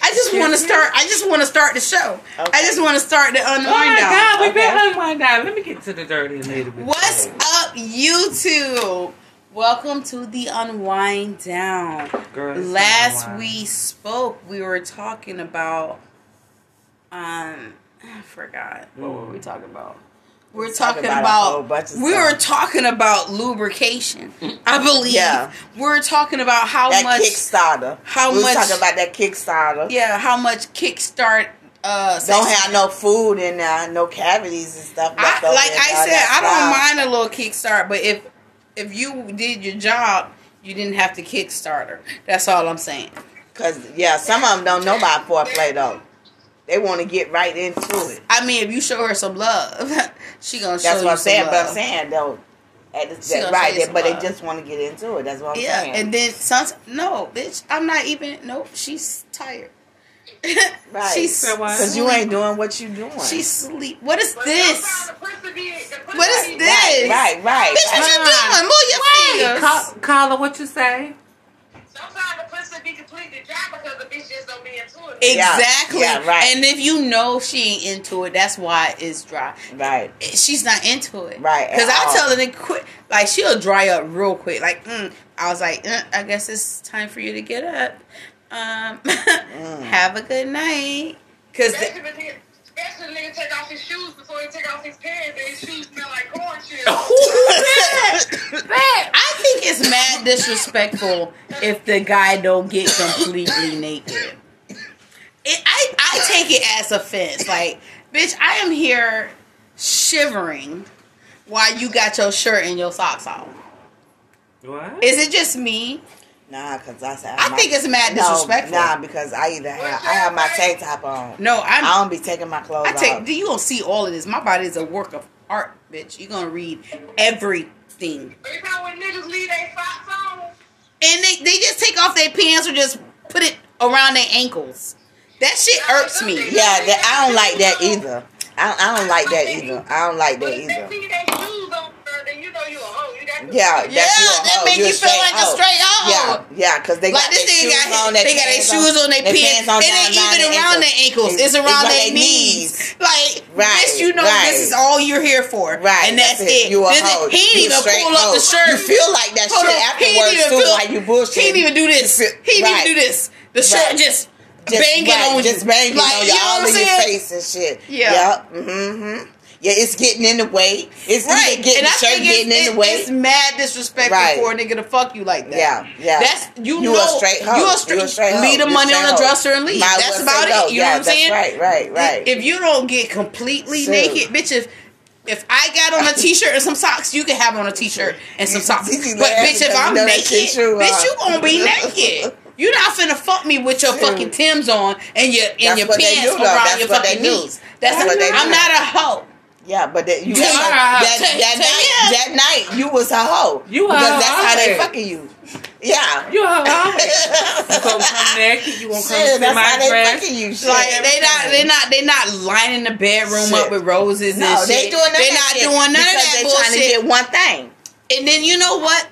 I I just want to Excuse me? start. I just want to start the show. I Okay. just want to start the unwind Oh my down. God, we've been Okay. unwind down. Let me get to the dirty and little bit. What's up, YouTube? Welcome to the unwind down. Girl, it's Last unwind. we spoke, we were talking about. Um, I forgot what were we talking about. We We're talking about a whole about, bunch of we were stuff. talking about lubrication. I believe. Yeah. We We're talking about how that much Kickstarter. how we was much- talking about that Kickstarter. yeah, how much kickstart uh Don't sex- have no food in there, no cavities and stuff. I, left over like and I all said, that stuff. I don't mind a little kickstart, but if if you did your job, you didn't have to Kickstarter. That's all I'm saying. Cause yeah, some of them don't know about foreplay though. They want to get right into it. I mean, if you show her some love, [laughs] she gonna show That's you what some I'm saying. love. But I'm saying though, at the, She gonna that, right show you there, but they some love. just want to get into it. That's what I'm yeah, saying. and then some. No, bitch, I'm not even. Nope, she's tired. [laughs] right. She's So why- because you ain't doing what you doing. She's sleep. What is But this? sometimes the pussy be- the pussy What is be- this? right, right, right. Bitch, what you Right. doing? Move your fingers. Ca- Carla, what you say? Sometimes the pussy be completely dry because the bitch just don't be into it. Yeah, Exactly. yeah, right. And if you know she ain't into it, that's why it's dry. right, she's not into it. Right, at Because I all. tell her to quit. Like, she'll dry up real quick. Like, mm. I was like, mm, I guess it's time for you to get up. Um, [laughs] Mm. Have a good night. Because Especially when he- especially when nigga take off his shoes before he take off his pants and his shoes smell like corn [laughs] chips. I think it's mad disrespectful if the guy don't get completely naked. It, I, I take it as offense. Like, bitch, I am here shivering while you got your shirt and your socks on. What? Is it just me? nah, because I said I think it's mad no, disrespectful. Nah, because I either have I have my tank top on. No, I'm. I don't be taking my clothes I take. off. You gonna see all of this? My body is a work of art, bitch. You gonna read everything, Every time when niggas leave their socks on, and they they just take off their pants or just put it around their ankles. That shit irks me. Yeah, that, I don't like that either. I, I don't like that either. I don't like but that if either. they leave their shoes on, girl, then you know you a hoe. You got to- Yeah, that's Yeah, that hoe. make You're you feel straight like hoe. a straight hoe. Yeah, yeah, because they Like got this their nigga got shoes on, his- their they got their pants shoes on their pants. It ain't on down around even their around their ankles. It's around right their knees. Like, Right, bitch, you know right. this is all you're here for. Right, and that's, it. You a This is- He hoe. You didn't even straight pull up hoe. the shirt. You feel like that Hold on, he shit didn't afterwards even too, feel- while you bullshit. He didn't even do this. Right. He didn't even do this. The shirt Right. just, just banging right, on just you. banging Like, on you you know all what I'm in your saying? face and shit. Yeah. Yep. Mm-hmm. Yeah, it's getting in the way. It's Right, either getting and the I shirt think getting it's, it- in the way. it's mad disrespectful Right. for a nigga to fuck you like that. Yeah, yeah. That's you, You know a straight hoe. You You a straight, hoe. Leave the You a money straight on the hoe. dresser and leave. Might as that's well say about no. it. You yeah, know what I'm that's saying? Right, right, right. If you don't get completely Shoot. naked, bitch, if if I got [laughs] on a t-shirt and some socks, you can have on a t-shirt and some socks. You But laughing bitch, if 'cause you I'm know that naked, shit true, bitch, huh? you gonna be naked. You're not finna fuck me with your Shoot. fucking Tim's on and your and That's your what they pants do, though. around That's your what they fucking do. knees. That's, That's what they I'm do. not a hoe. Yeah, but [laughs] that you You are a that, hoe. that, Take- that take night that night you was a hoe. You because are a that's how they hoe. fucking you. Yeah. You a hoe. you gonna come [laughs] Shit, naked? You gonna come to that's my how they dress? fucking you. Shit. Like they not they not they not lining the bedroom up Shit. with roses and no, shit. they doing none they of not that shit doing none of because that they bullshit. trying to get one thing. and then you know what?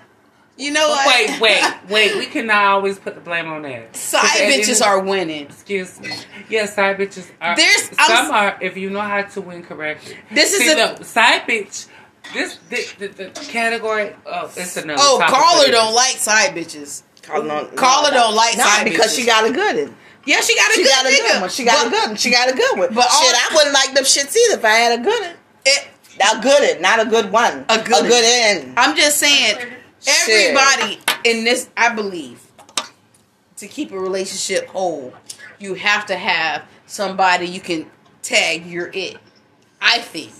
You know what? Wait, [laughs] wait, wait. We cannot always put the blame on that. Side 'Cause at the end of bitches the- are winning. Excuse me. Yeah, side bitches are. There's- some I'm- are if you know how to win correctly. This is See, a- look, side bitch. This the, the, the category. Oh, it's another. Oh, topic for caller this. don't like side bitches. Carla don't- Carla don't like Not side because bitches. she got a good one. Yeah, she got a She good got a nigga. good one. She got but a good one. She got a good one. But But all- shit, I wouldn't like them shits either if I had a good one. it- Not good one, not a good one. A good a good one. I'm just saying, Shit. everybody in this, I believe, to keep a relationship whole, you have to have somebody you can tag. You're it. I think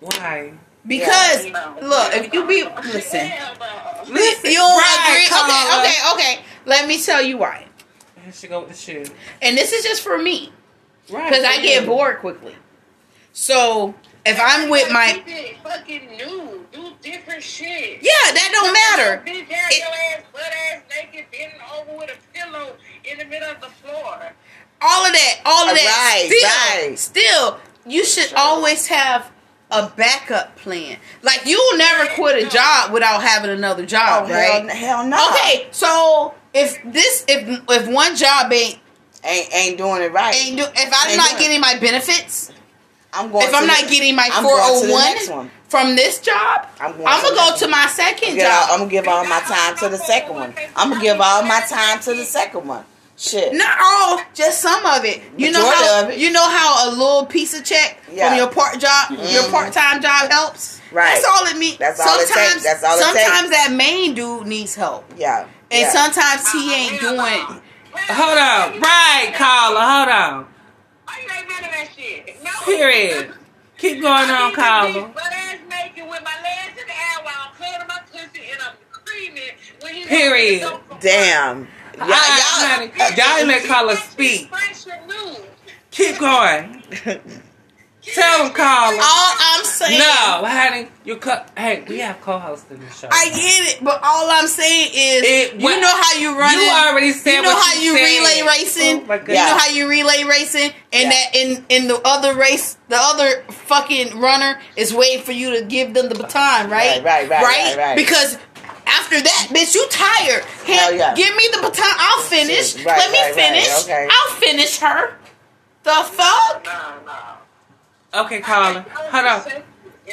Why? because No. look, if you be listen, Hell [laughs] no. listen you don't Right, Carla. agree. Okay, okay, okay. Let me tell you why. Here she go with the shoe. And this is just for me. Right. because I for get you. bored quickly. So if I'm with my Keep it fucking new, do different shit. yeah, that don't matter. Bitch, have It- your ass butt ass naked, bending over with a pillow in the middle of the floor. All of that, all of that. Right, right. still, still, you should always have a backup plan. Like you'll never quit a job without having another Oh, job, hell, right? hell no. Okay, so if this, if if one job ain't ain't ain't doing it right. And do, if I'm Ain't not doing it. getting my benefits, I'm going. if to I'm the- not [laughs] getting my I'm going to the next 401 one. from this job, I'm I'm going going to the to go next to my second Yeah, I'm job. gonna give all my time to the second one. I'm gonna give all my time to the second one. Shit. Not all, just some of it. You know Majority how of it. you know how a little piece of check Yeah. Mm-hmm. from your part job, your part time job helps. Right. That's all it means. That's all it takes. That's all it takes. sometimes that main dude needs help, Yeah. and yeah. sometimes he ain't doing. Hold on. Right, Carla. Hold on. I ain't none of that shit. No. Period. Keep going on, Carla. But ass naked with my legs in the air while I'm cutting my pussy and I'm screaming when he Period. Damn. Y'all, y'all, y'all [laughs] ain't let Carla speak. Fresh and new. Keep [laughs] going. Tell him, Carla. All I'm saying, No, honey, you cut. Hey, we have co-hosts in the show. I get it, but all I'm saying is, It- you know how you run. You already said You know what how you said. relay racing. Oh my You know goodness. how you relay racing, and Yeah. that in in the other race, the other fucking runner is waiting for you to give them the baton, right? Right, right, right, right, right. Because after that, bitch, you tired. Hey, Hell yeah. Give me the baton. I'll finish. Shit, right, Let me right, right, finish. okay. I'll finish her. The fuck? No, no. Okay, Carla. Hold on. And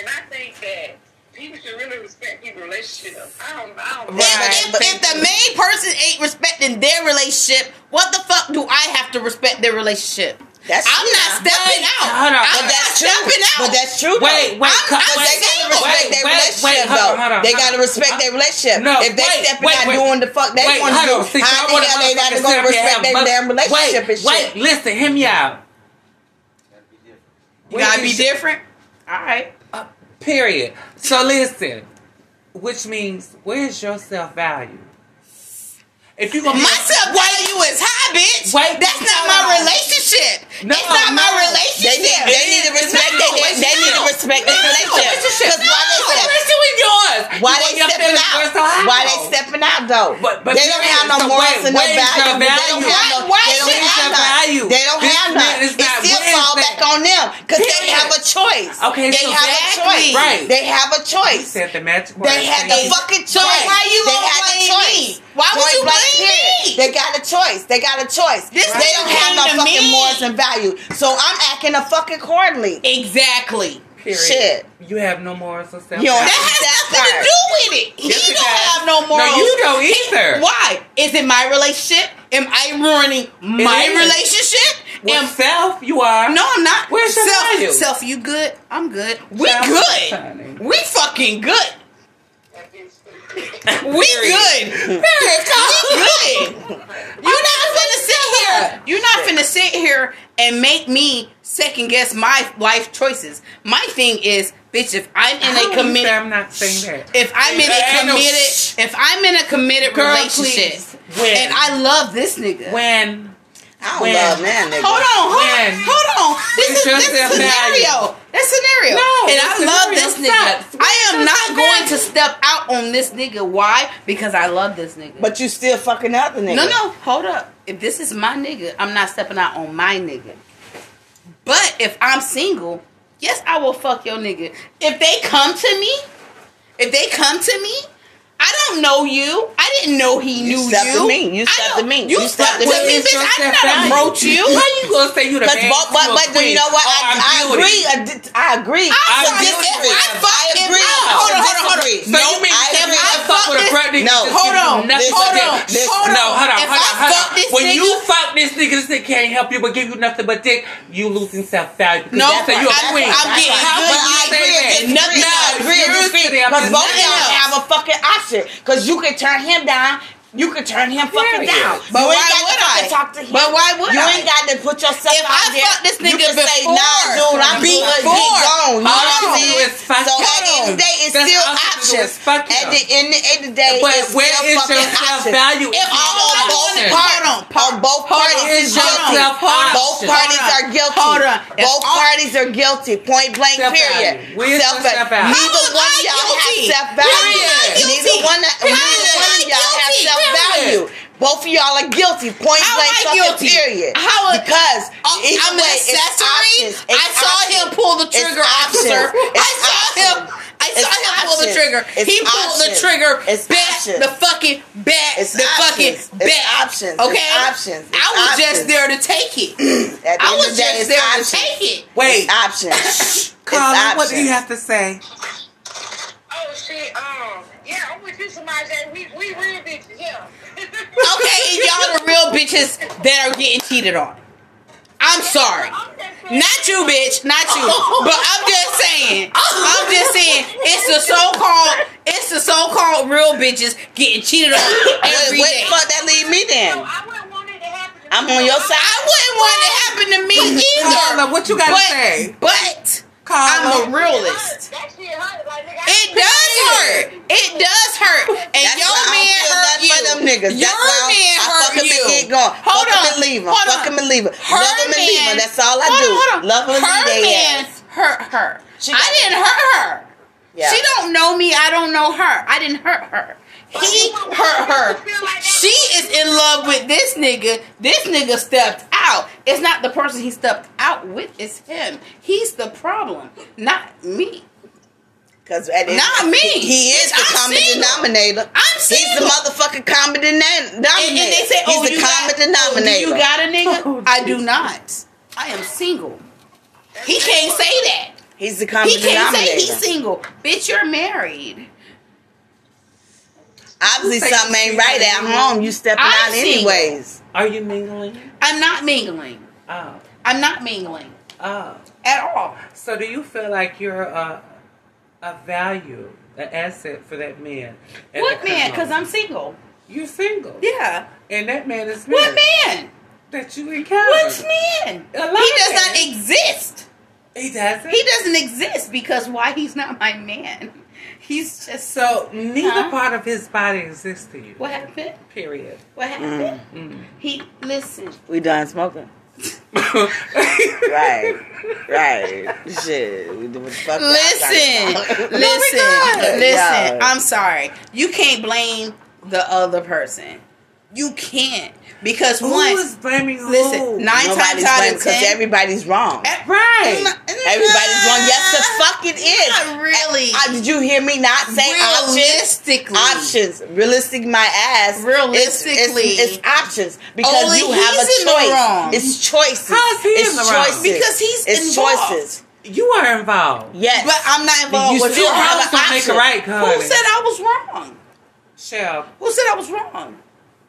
I think that people should really respect people's relationship. I don't. I If- don't. Right, if, but- if the main person ain't respecting their relationship, what the fuck do I have to respect their relationship? That's I'm true. not stepping out. Hold on. I'm But not That's true. stepping out. But that's true. Wait, though. wait, I'm- co- I'm But wait, they gotta single. respect wait, their wait, relationship wait, hold though. on, hold on, they hold gotta on. respect their relationship. No, if they wait, stepping wait, out wait. doing the fuck they Wait, want to do, hold on. See, how y'all the wanna hell they motherfucking not gonna sit up here respect and their mother- damn relationship Wait, and shit? wait, listen, hear me out. you gotta Wait, be sh- different. All right. Uh, period. So listen, which means where's your self value? If you gonna be My self value is high, bitch. Wait, that's not hold my on. relationship. No, it's not my no. They relationship. need, they need to respect No, their they, it's need to not. respect their No, relationship. it's just- 'Cause why they no. step- Listen with yours. why You want they your stepping feelings out? first, so how? Why they stepping out though? But- but they don't period. have no So morals wait, and no where is your value. They don't value? have no. Why- why They don't is have your none. value? They don't This have man none. is It not still with fall that. back on them because they Period. have a choice. Okay, they so have exactly. a choice. Right. They have a choice. said the magic word. They had the Thank you. fucking choice. Why you they gonna had the blame choice. me? Why would Point you blank blame period. me? They got a choice. They got a choice. This they don't have no came to fucking me. morals and value. So I'm acting a fucking accordingly. Exactly. Period. Shit. You have no morals or self. You don't That has That nothing to part. do with it. He Yes, it don't does. have no morals. No, you don't either. Why? Is it my relationship? Am I ruining my is. relationship? With Am self, you are. No, I'm not. Where's your self, value? self, you good? I'm good. We Self, honey. good. We fucking good. Oh, We good. Period. We good. You're not finna sit here. You're not finna sit here and make me second guess my life choices. My thing is, bitch, if I'm in How a you committed, say I'm not saying that. if I'm in a Ain't no committed, shh. if I'm in a committed Girl, relationship, please. When? and I love this nigga, when? I don't When? love none of Hold that. on, hold When? on, hold on. This It's is this just a value. scenario. That scenario. No, and that I love scenario this nigga. sucks. I am It's not just a going to value. step out on this nigga. Why? Because I love this nigga. But you still fucking other nigga. no, no, hold up. If this is my nigga, I'm not stepping out on my nigga. But if I'm single, yes, I will fuck your nigga. If they come to me, if they come to me. I don't know you. I didn't know he knew stepped you. to me. I You stepped don't- to me. You You stepped stepped to to me. me, It's bitch. I just did that not approach value. you. How you gonna say you the But, man? but, but, to a but do you queen? know what? Oh, I, I beauty. agree. I, di- I agree. I'm sorry, if disagree. I fuck- I if agree. I- hold on, hold on, hold on. Disagree. So you mean I if agree. I fuck with a this- pregnant No. nigga, Hold you on. nothing Hold but on. dick? Hold no, on. hold on, If hold I on, hold fuck on. this When nigga- you fuck this nigga, this nigga can't help you but give you nothing but dick. You losing self value. No, so you a I- queen. I'm getting How can good. But you I say agree that? and disagree. Nothing I else. agree and Yours disagree. today, I'm Because just both of nothing y'all else. have a fucking option. Because you can turn him down. You can turn him fucking Period. down. But you why ain't got would to I? fucking talk to him. But why would you I? ain't got to put yourself If out I there. fuck this you nigga can say, before- nah, dude, I'm good. Before. Get gone. You know All what I I'm do saying? is fuck So at the end of him. the day, it's That's still all I can do options. is fuck At him. the end of the day, But it's where still is your fucking options. self-value If if all you on don't both want it? parties, Hold on, on both parties Where is is your guilty. self-option? Both parties Hold on. are guilty. Hold on. If Both all- parties are guilty. Point blank. Self-value. Period. Where's your Self-va- self-value? How Neither am one of I y'all have guilty? self How value. am I guilty? Neither one of How am neither one I of y'all have guilty? self value. Both of y'all are guilty. Point How blank. am I fucking guilty? Period. How- Because either Oh, I'm an way, it's accessory. options. It's I saw options. him pull the It's trigger, options. officer. I It's saw him. options. I It's saw him pull the options. the trigger. It's he pulled the options. trigger. It's back options. the fucking back. It's the options. It's fucking back. options. It's Okay. options. It's I was just options. there to take it. At the I end was of the day, just it's there to options. take it. Wait, It's options. Carla, [laughs] it's what do you options. have to say? Oh shit. Um. Yeah, I'm with you, Samaj. We we real bitches. Yeah. Okay, and y'all the real bitches that are getting cheated on. I'm [laughs] sorry. Not you, bitch. Not [laughs] you. But I'm just saying. I'm just saying. It's the so-called. It's the so-called real bitches getting cheated [coughs] on Wait, every wait, day. fuck that leave me No, then. I wouldn't want it to happen. to I'm me. on your side. I wouldn't want it to happen to me either. Carla, what you gotta but, say? But Carla, I'm a realist. That shit hurt. Like, nigga, I It don't- does hurt. It does hurt. And That's your why man I hurt you. don't feel nothing for them niggas. Your That's why man I hurt fuck him you. and get gone. Hold fuck on. him and leave him. Hold fuck on. him and leave him. Her Love him and leave him. man- That's all I hold on, do. hold on. Love him and her leave their man ass. hurt her. She I got didn't hurt her. Yeah. She don't know me. I don't know her. I didn't hurt her. He hurt her. She is in love with this nigga. This nigga stepped out. It's not the person he stepped out with. It's him. He's the problem, not me. Cause at the- Not me. He is the I'm common single. denominator. I'm He's the single. motherfucking common And, denominator. and they say, He's "Oh, the you common got, oh, do denominator. you got a nigga? Oh, I do not. I am single. He can't say that. He's the common He can't say denominator. he's single. Bitch, you're married. Obviously, Say you something ain't see right that at anyway. home. You stepping I'm out single. anyways. Are you mingling? I'm not mingling. Oh, I'm not mingling oh. at all. So do you feel like you're a a value, an asset for that man? at What the man? club? Because I'm single. you're single. Yeah. And that man is What married man? that you encountered. What man? He A lot does of not men. exist. He doesn't. He doesn't exist because why? He's not my man. [laughs] He's just So neither Huh? part of his body exists to you. What happened? [coughs] Period. What happened? Mm. He listen. We done smoking. Right. Right. Shit. We do what the fuck [laughs] y'all Listen, talking about. listen, Yeah. listen. I'm sorry. You can't blame the other person. You can't because Who once is blaming who? Listen, nine times Nobody's out blaming of because ten, everybody's wrong. Right. Everybody's wrong. [laughs] Yes, the fuck it is. Not really. I, did you hear me not say options? realistically, options. Realistic my ass. It's- Realistically. it's, it's, options because Only you have a he's in the choice. wrong. It's choices. How is he it's in the wrong? choices. because he's it's involved. choices. You are involved. Yes, But I'm not involved. You with still your have house. an don't make it option. right, honey. Who said I was wrong? Shell? Who said I was wrong?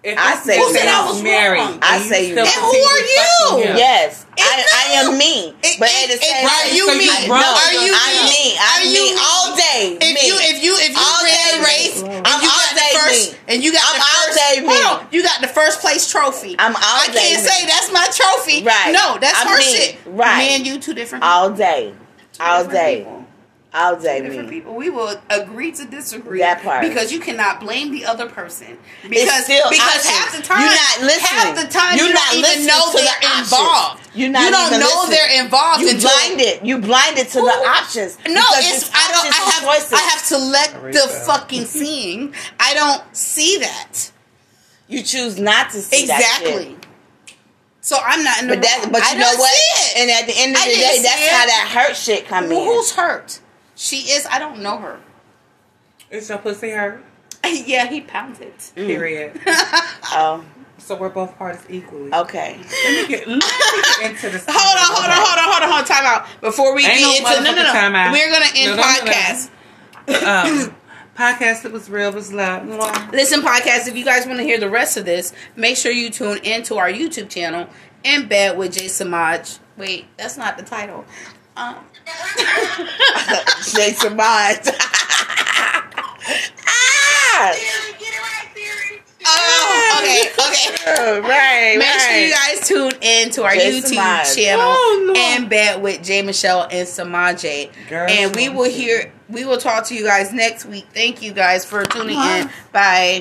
If I this say man you is wrong. married, and I you say you still And who wrong. are continue you? fucking him, Oh, Yes, I, It's I not- am me. It- but it- at the it- same are time, you So me? you I, wrong. no, Are you I'm me? me. Are I'm you me me? all day. If me. you if you if you All ran day a race me. and I'm you all got day the first me. and you got I'm the all first day me. Hold on, you got the first place trophy. I'm all I day can't me. say that's my trophy. Right. No, that's I'm her me. shit. Right. Me and you two different all day, two all different day, people. all day, Two different me. people. We will agree to disagree. That part. Because you cannot blame the other person. Because It's still because options. half the time you're not listening. Half the time you're you not don't even listening know to the they're options. involved. You're not you don't even know listening. they're involved You until blinded. You blinded to the Who- options. No, because it's I don't. I options is have choices. I have to let Read the that. fucking seeing. I don't see [laughs] that You choose not to see That shit. exactly. So I'm not in the. But that, wrong. but you I know don't what? see it. And at the end of I the didn't day, see that's it. how that hurt shit come Well, in. who's hurt? She is. I don't know [laughs] her. Is your pussy hurt? yeah, he pounded. Mm. Period. oh, [laughs] so we're both parties equally. [laughs] okay. Let me get, let me get into this. Hold on, hold on, hold on, hold on, hold on. Time out. Before we Ain't no get into no, no, motherfucking time no. out. We're gonna end No, no, no, no. podcast. [laughs] Um, podcast that was real was love. Mwah. Listen, podcast, if you guys want to hear the rest of this, make sure you tune into our YouTube channel, In Bed with Jay Samaj. Wait, that's not the title. Um, Shake your mind. [laughs] ah! Siri, get it right, Siri. oh, okay, okay. Oh, [laughs] right, Make sure you right. guys tune in to our Jay YouTube Samaj. channel Oh, Lord. and bed with Jay Michelle and Samaje. Girl, And we Samaje. will hear we will talk to you guys next week. Thank you guys for tuning Mwah. in. Bye.